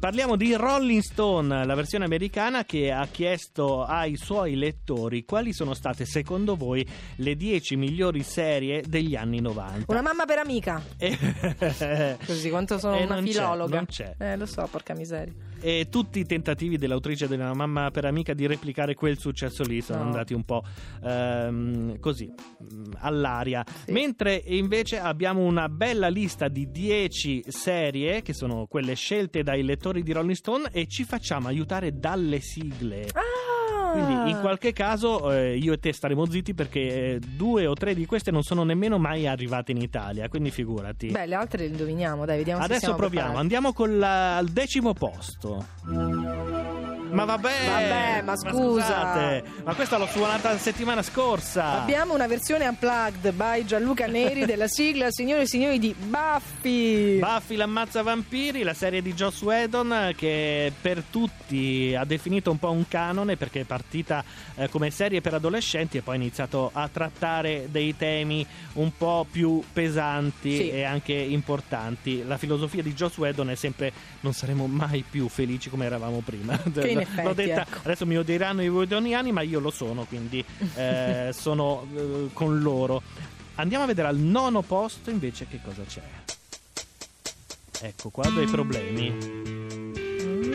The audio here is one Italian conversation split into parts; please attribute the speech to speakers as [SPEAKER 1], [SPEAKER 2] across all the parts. [SPEAKER 1] Parliamo di Rolling Stone, la versione americana che ha chiesto ai suoi lettori quali sono state secondo voi le 10 migliori serie degli anni 90.
[SPEAKER 2] Una mamma per amica.
[SPEAKER 1] E-
[SPEAKER 2] Così, quanto sono
[SPEAKER 1] E
[SPEAKER 2] una
[SPEAKER 1] Eh, non c'è,
[SPEAKER 2] filologa.
[SPEAKER 1] non c'è.
[SPEAKER 2] Eh, lo so, porca miseria.
[SPEAKER 1] E tutti i tentativi dell'autrice della mamma per amica di replicare quel successo lì sono
[SPEAKER 2] No.
[SPEAKER 1] andati un po' ehm, così mm, all'aria. Mentre invece abbiamo una bella lista di 10 serie che sono quelle scelte dai lettori di Rolling Stone e ci facciamo aiutare dalle sigle.
[SPEAKER 2] Ah!
[SPEAKER 1] Quindi in qualche caso eh, io e te staremo zitti perché eh, due o tre di queste non sono nemmeno mai arrivate in Italia, quindi figurati.
[SPEAKER 2] Beh, le altre le indoviniamo, dai, vediamo se
[SPEAKER 1] Adesso
[SPEAKER 2] siamo
[SPEAKER 1] proviamo,
[SPEAKER 2] preparati.
[SPEAKER 1] andiamo col, al decimo posto. Ma vabbè,
[SPEAKER 2] Vabbè, ma scusa.
[SPEAKER 1] scusate, ma questa l'ho suonata la settimana scorsa.
[SPEAKER 2] Abbiamo una versione unplugged by Gianluca Neri della sigla Signore e Signori di Buffy.
[SPEAKER 1] Buffy l'ammazza vampiri, la serie di Joss Whedon eh, che per tutti ha definito un po' un canone perché è partita eh, come serie per adolescenti e poi ha iniziato a trattare dei temi un po' più pesanti
[SPEAKER 2] Sì.
[SPEAKER 1] e anche importanti. La filosofia di Joss Whedon è sempre non saremo mai più felici come eravamo prima.
[SPEAKER 2] Che in effetti,
[SPEAKER 1] L'ho detta,
[SPEAKER 2] ecco.
[SPEAKER 1] adesso mi odieranno i whedoniani ma io lo sono, quindi eh, sono eh, con loro. Andiamo a vedere al nono posto invece che cosa c'è. Ecco qua dei problemi.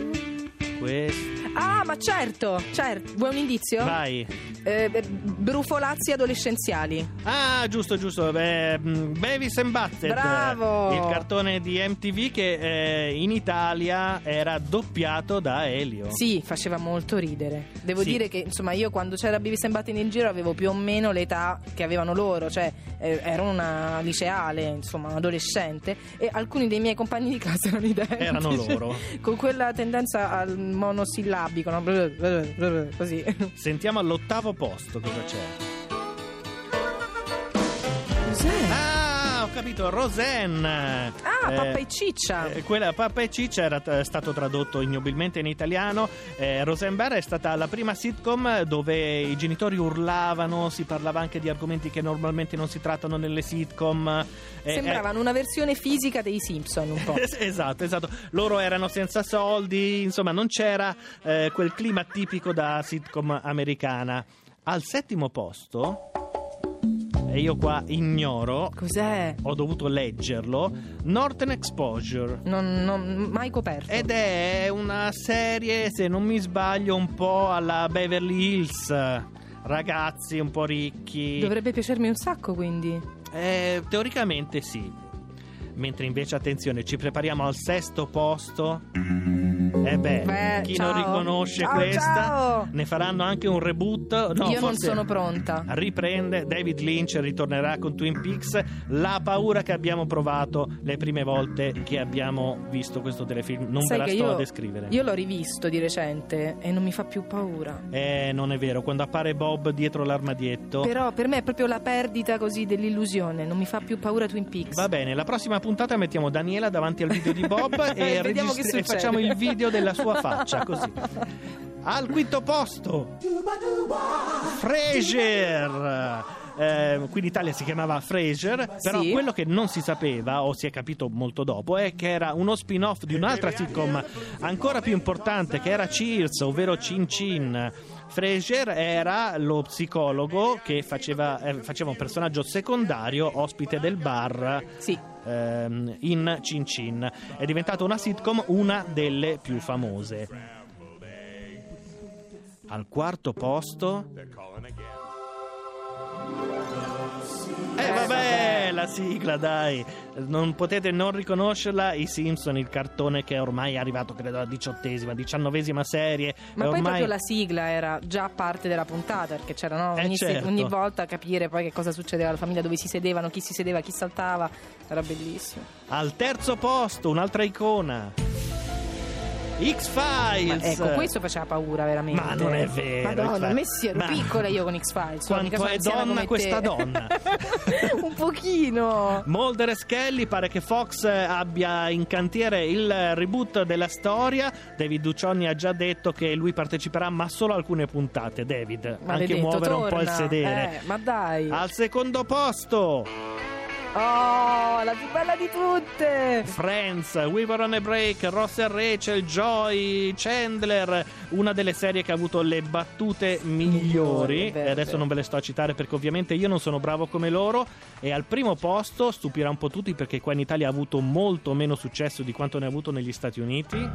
[SPEAKER 1] Questo.
[SPEAKER 2] Ah, ma certo, certo. Vuoi un indizio?
[SPEAKER 1] Vai.
[SPEAKER 2] Eh, beh, brufolazzi adolescenziali.
[SPEAKER 1] Ah, giusto, giusto. Beh, mh, Beavis and Butthead.
[SPEAKER 2] Bravo!
[SPEAKER 1] Il cartone di MTV che eh, in Italia era doppiato da Elio.
[SPEAKER 2] Sì, faceva molto ridere. Devo
[SPEAKER 1] Sì.
[SPEAKER 2] dire che, insomma, io quando c'era Bibi Sembatin in giro avevo più o meno l'età che avevano loro, cioè eh, ero una liceale, insomma, un adolescente e alcuni dei miei compagni di casa erano identici.
[SPEAKER 1] Erano loro.
[SPEAKER 2] Con quella tendenza al monosillabico, no? così.
[SPEAKER 1] Sentiamo all'ottavo posto cosa c'è.
[SPEAKER 2] Cos'è?
[SPEAKER 1] Ah, ho capito, Roseanne.
[SPEAKER 2] Ah,
[SPEAKER 1] Eh,
[SPEAKER 2] pappa e ciccia.
[SPEAKER 1] Eh, quella Pappa e Ciccia era eh, stato tradotto ignobilmente in italiano. Eh, Rosenberg è stata la prima sitcom dove i genitori urlavano, si parlava anche di argomenti che normalmente non si trattano nelle sitcom. Eh,
[SPEAKER 2] Sembravano una versione fisica dei Simpson un po'.
[SPEAKER 1] eh, es- Esatto, esatto. Loro erano senza soldi, insomma, non c'era eh, quel clima tipico da sitcom americana. Al settimo posto, e io qua ignoro,
[SPEAKER 2] Cos'è?
[SPEAKER 1] ho dovuto leggerlo, Northern Exposure.
[SPEAKER 2] Non, non- mai coperto.
[SPEAKER 1] Ed è una serie, se non mi sbaglio, un po' alla Beverly Hills. Ragazzi un po' ricchi.
[SPEAKER 2] Dovrebbe piacermi un sacco, quindi.
[SPEAKER 1] Eh, teoricamente sì. Mentre invece, attenzione, ci prepariamo al sesto posto. E beh,
[SPEAKER 2] Beh,
[SPEAKER 1] chi
[SPEAKER 2] ciao.
[SPEAKER 1] non riconosce
[SPEAKER 2] Ciao,
[SPEAKER 1] questa,
[SPEAKER 2] ciao.
[SPEAKER 1] ne faranno anche un reboot. No,
[SPEAKER 2] Io non
[SPEAKER 1] forse-
[SPEAKER 2] sono pronta.
[SPEAKER 1] Riprende, David Lynch ritornerà con Twin Peaks. La paura che abbiamo provato le prime volte che abbiamo visto questo telefilm. Non ve
[SPEAKER 2] Sai
[SPEAKER 1] la
[SPEAKER 2] che
[SPEAKER 1] sto
[SPEAKER 2] io,
[SPEAKER 1] a descrivere.
[SPEAKER 2] Io l'ho rivisto di recente e non mi fa più paura.
[SPEAKER 1] Eh, non è vero, quando appare Bob dietro l'armadietto.
[SPEAKER 2] Però per me è proprio la perdita così dell'illusione, non mi fa più paura Twin Peaks.
[SPEAKER 1] Va bene, la prossima puntata mettiamo Daniela davanti al video di Bob e,
[SPEAKER 2] Vediamo che
[SPEAKER 1] registri- e
[SPEAKER 2] succede.
[SPEAKER 1] facciamo il video della sua faccia, così. Al quinto posto, Frasier. Eh, qui in Italia si chiamava Frasier, però
[SPEAKER 2] Sì.
[SPEAKER 1] quello che non si sapeva, o si è capito molto dopo, è che era uno spin-off di un'altra sitcom ancora più importante, che era Cheers, ovvero Cin Cin. Frasier era lo psicologo che faceva, eh, faceva un personaggio secondario, ospite del bar
[SPEAKER 2] Sì,
[SPEAKER 1] ehm, in Cin Cin. È diventata una sitcom, una delle più famose. Al quarto posto. Eh vabbè, la sigla dai, non potete non riconoscerla, i Simpson, il cartone che è ormai arrivato credo alla diciottesima, diciannovesima serie,
[SPEAKER 2] ma
[SPEAKER 1] è
[SPEAKER 2] poi
[SPEAKER 1] ormai...
[SPEAKER 2] proprio la sigla era già parte della puntata, perché c'erano
[SPEAKER 1] Eh,
[SPEAKER 2] ogni, se-
[SPEAKER 1] certo.
[SPEAKER 2] ogni volta a capire poi che cosa succedeva alla famiglia, dove si sedevano, chi si sedeva, chi saltava, era bellissimo.
[SPEAKER 1] Al terzo posto, un'altra icona.
[SPEAKER 2] Ma
[SPEAKER 1] X-Files.
[SPEAKER 2] ecco, questo faceva paura veramente.
[SPEAKER 1] Ma non è vero,
[SPEAKER 2] Madonna,
[SPEAKER 1] X-Files.
[SPEAKER 2] a me sì, ero
[SPEAKER 1] Ma-
[SPEAKER 2] piccola io con X-Files. sono
[SPEAKER 1] Quanto
[SPEAKER 2] mica sono
[SPEAKER 1] è
[SPEAKER 2] anziana
[SPEAKER 1] donna
[SPEAKER 2] come te.
[SPEAKER 1] questa donna?
[SPEAKER 2] Un pochino.
[SPEAKER 1] Mulder e Skelly pare che Fox eh, abbia in cantiere il reboot della storia. David Duccioni ha già detto che lui parteciperà, ma solo alcune puntate. David, anche
[SPEAKER 2] Maledetto, Eh,
[SPEAKER 1] muovere un po' il
[SPEAKER 2] torna.
[SPEAKER 1] sedere.
[SPEAKER 2] Eh, ma dai.
[SPEAKER 1] Al secondo posto,
[SPEAKER 2] Oh, la più bella di tutte!
[SPEAKER 1] Friends, We Were on a Break, Ross e Rachel, Joy, Chandler, una delle serie che ha avuto le battute migliori.
[SPEAKER 2] Migliori, vero,
[SPEAKER 1] E adesso
[SPEAKER 2] vero.
[SPEAKER 1] non ve le sto a citare perché ovviamente io non sono bravo come loro. E al primo posto stupirà un po' tutti perché qua in Italia ha avuto molto meno successo di quanto ne ha avuto negli Stati Uniti.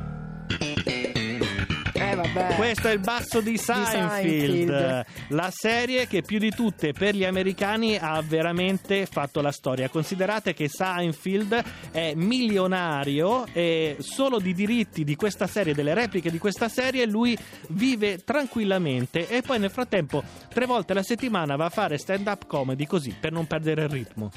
[SPEAKER 2] Eh, vabbè.
[SPEAKER 1] Questo è il basso di Seinfeld,
[SPEAKER 2] Seinfeld.
[SPEAKER 1] la serie che più di tutte per gli americani ha veramente fatto la storia. Considerate che Seinfeld è milionario e solo di diritti di questa serie, delle repliche di questa serie, lui vive tranquillamente e poi nel frattempo tre volte alla settimana va a fare stand-up comedy così per non perdere il ritmo.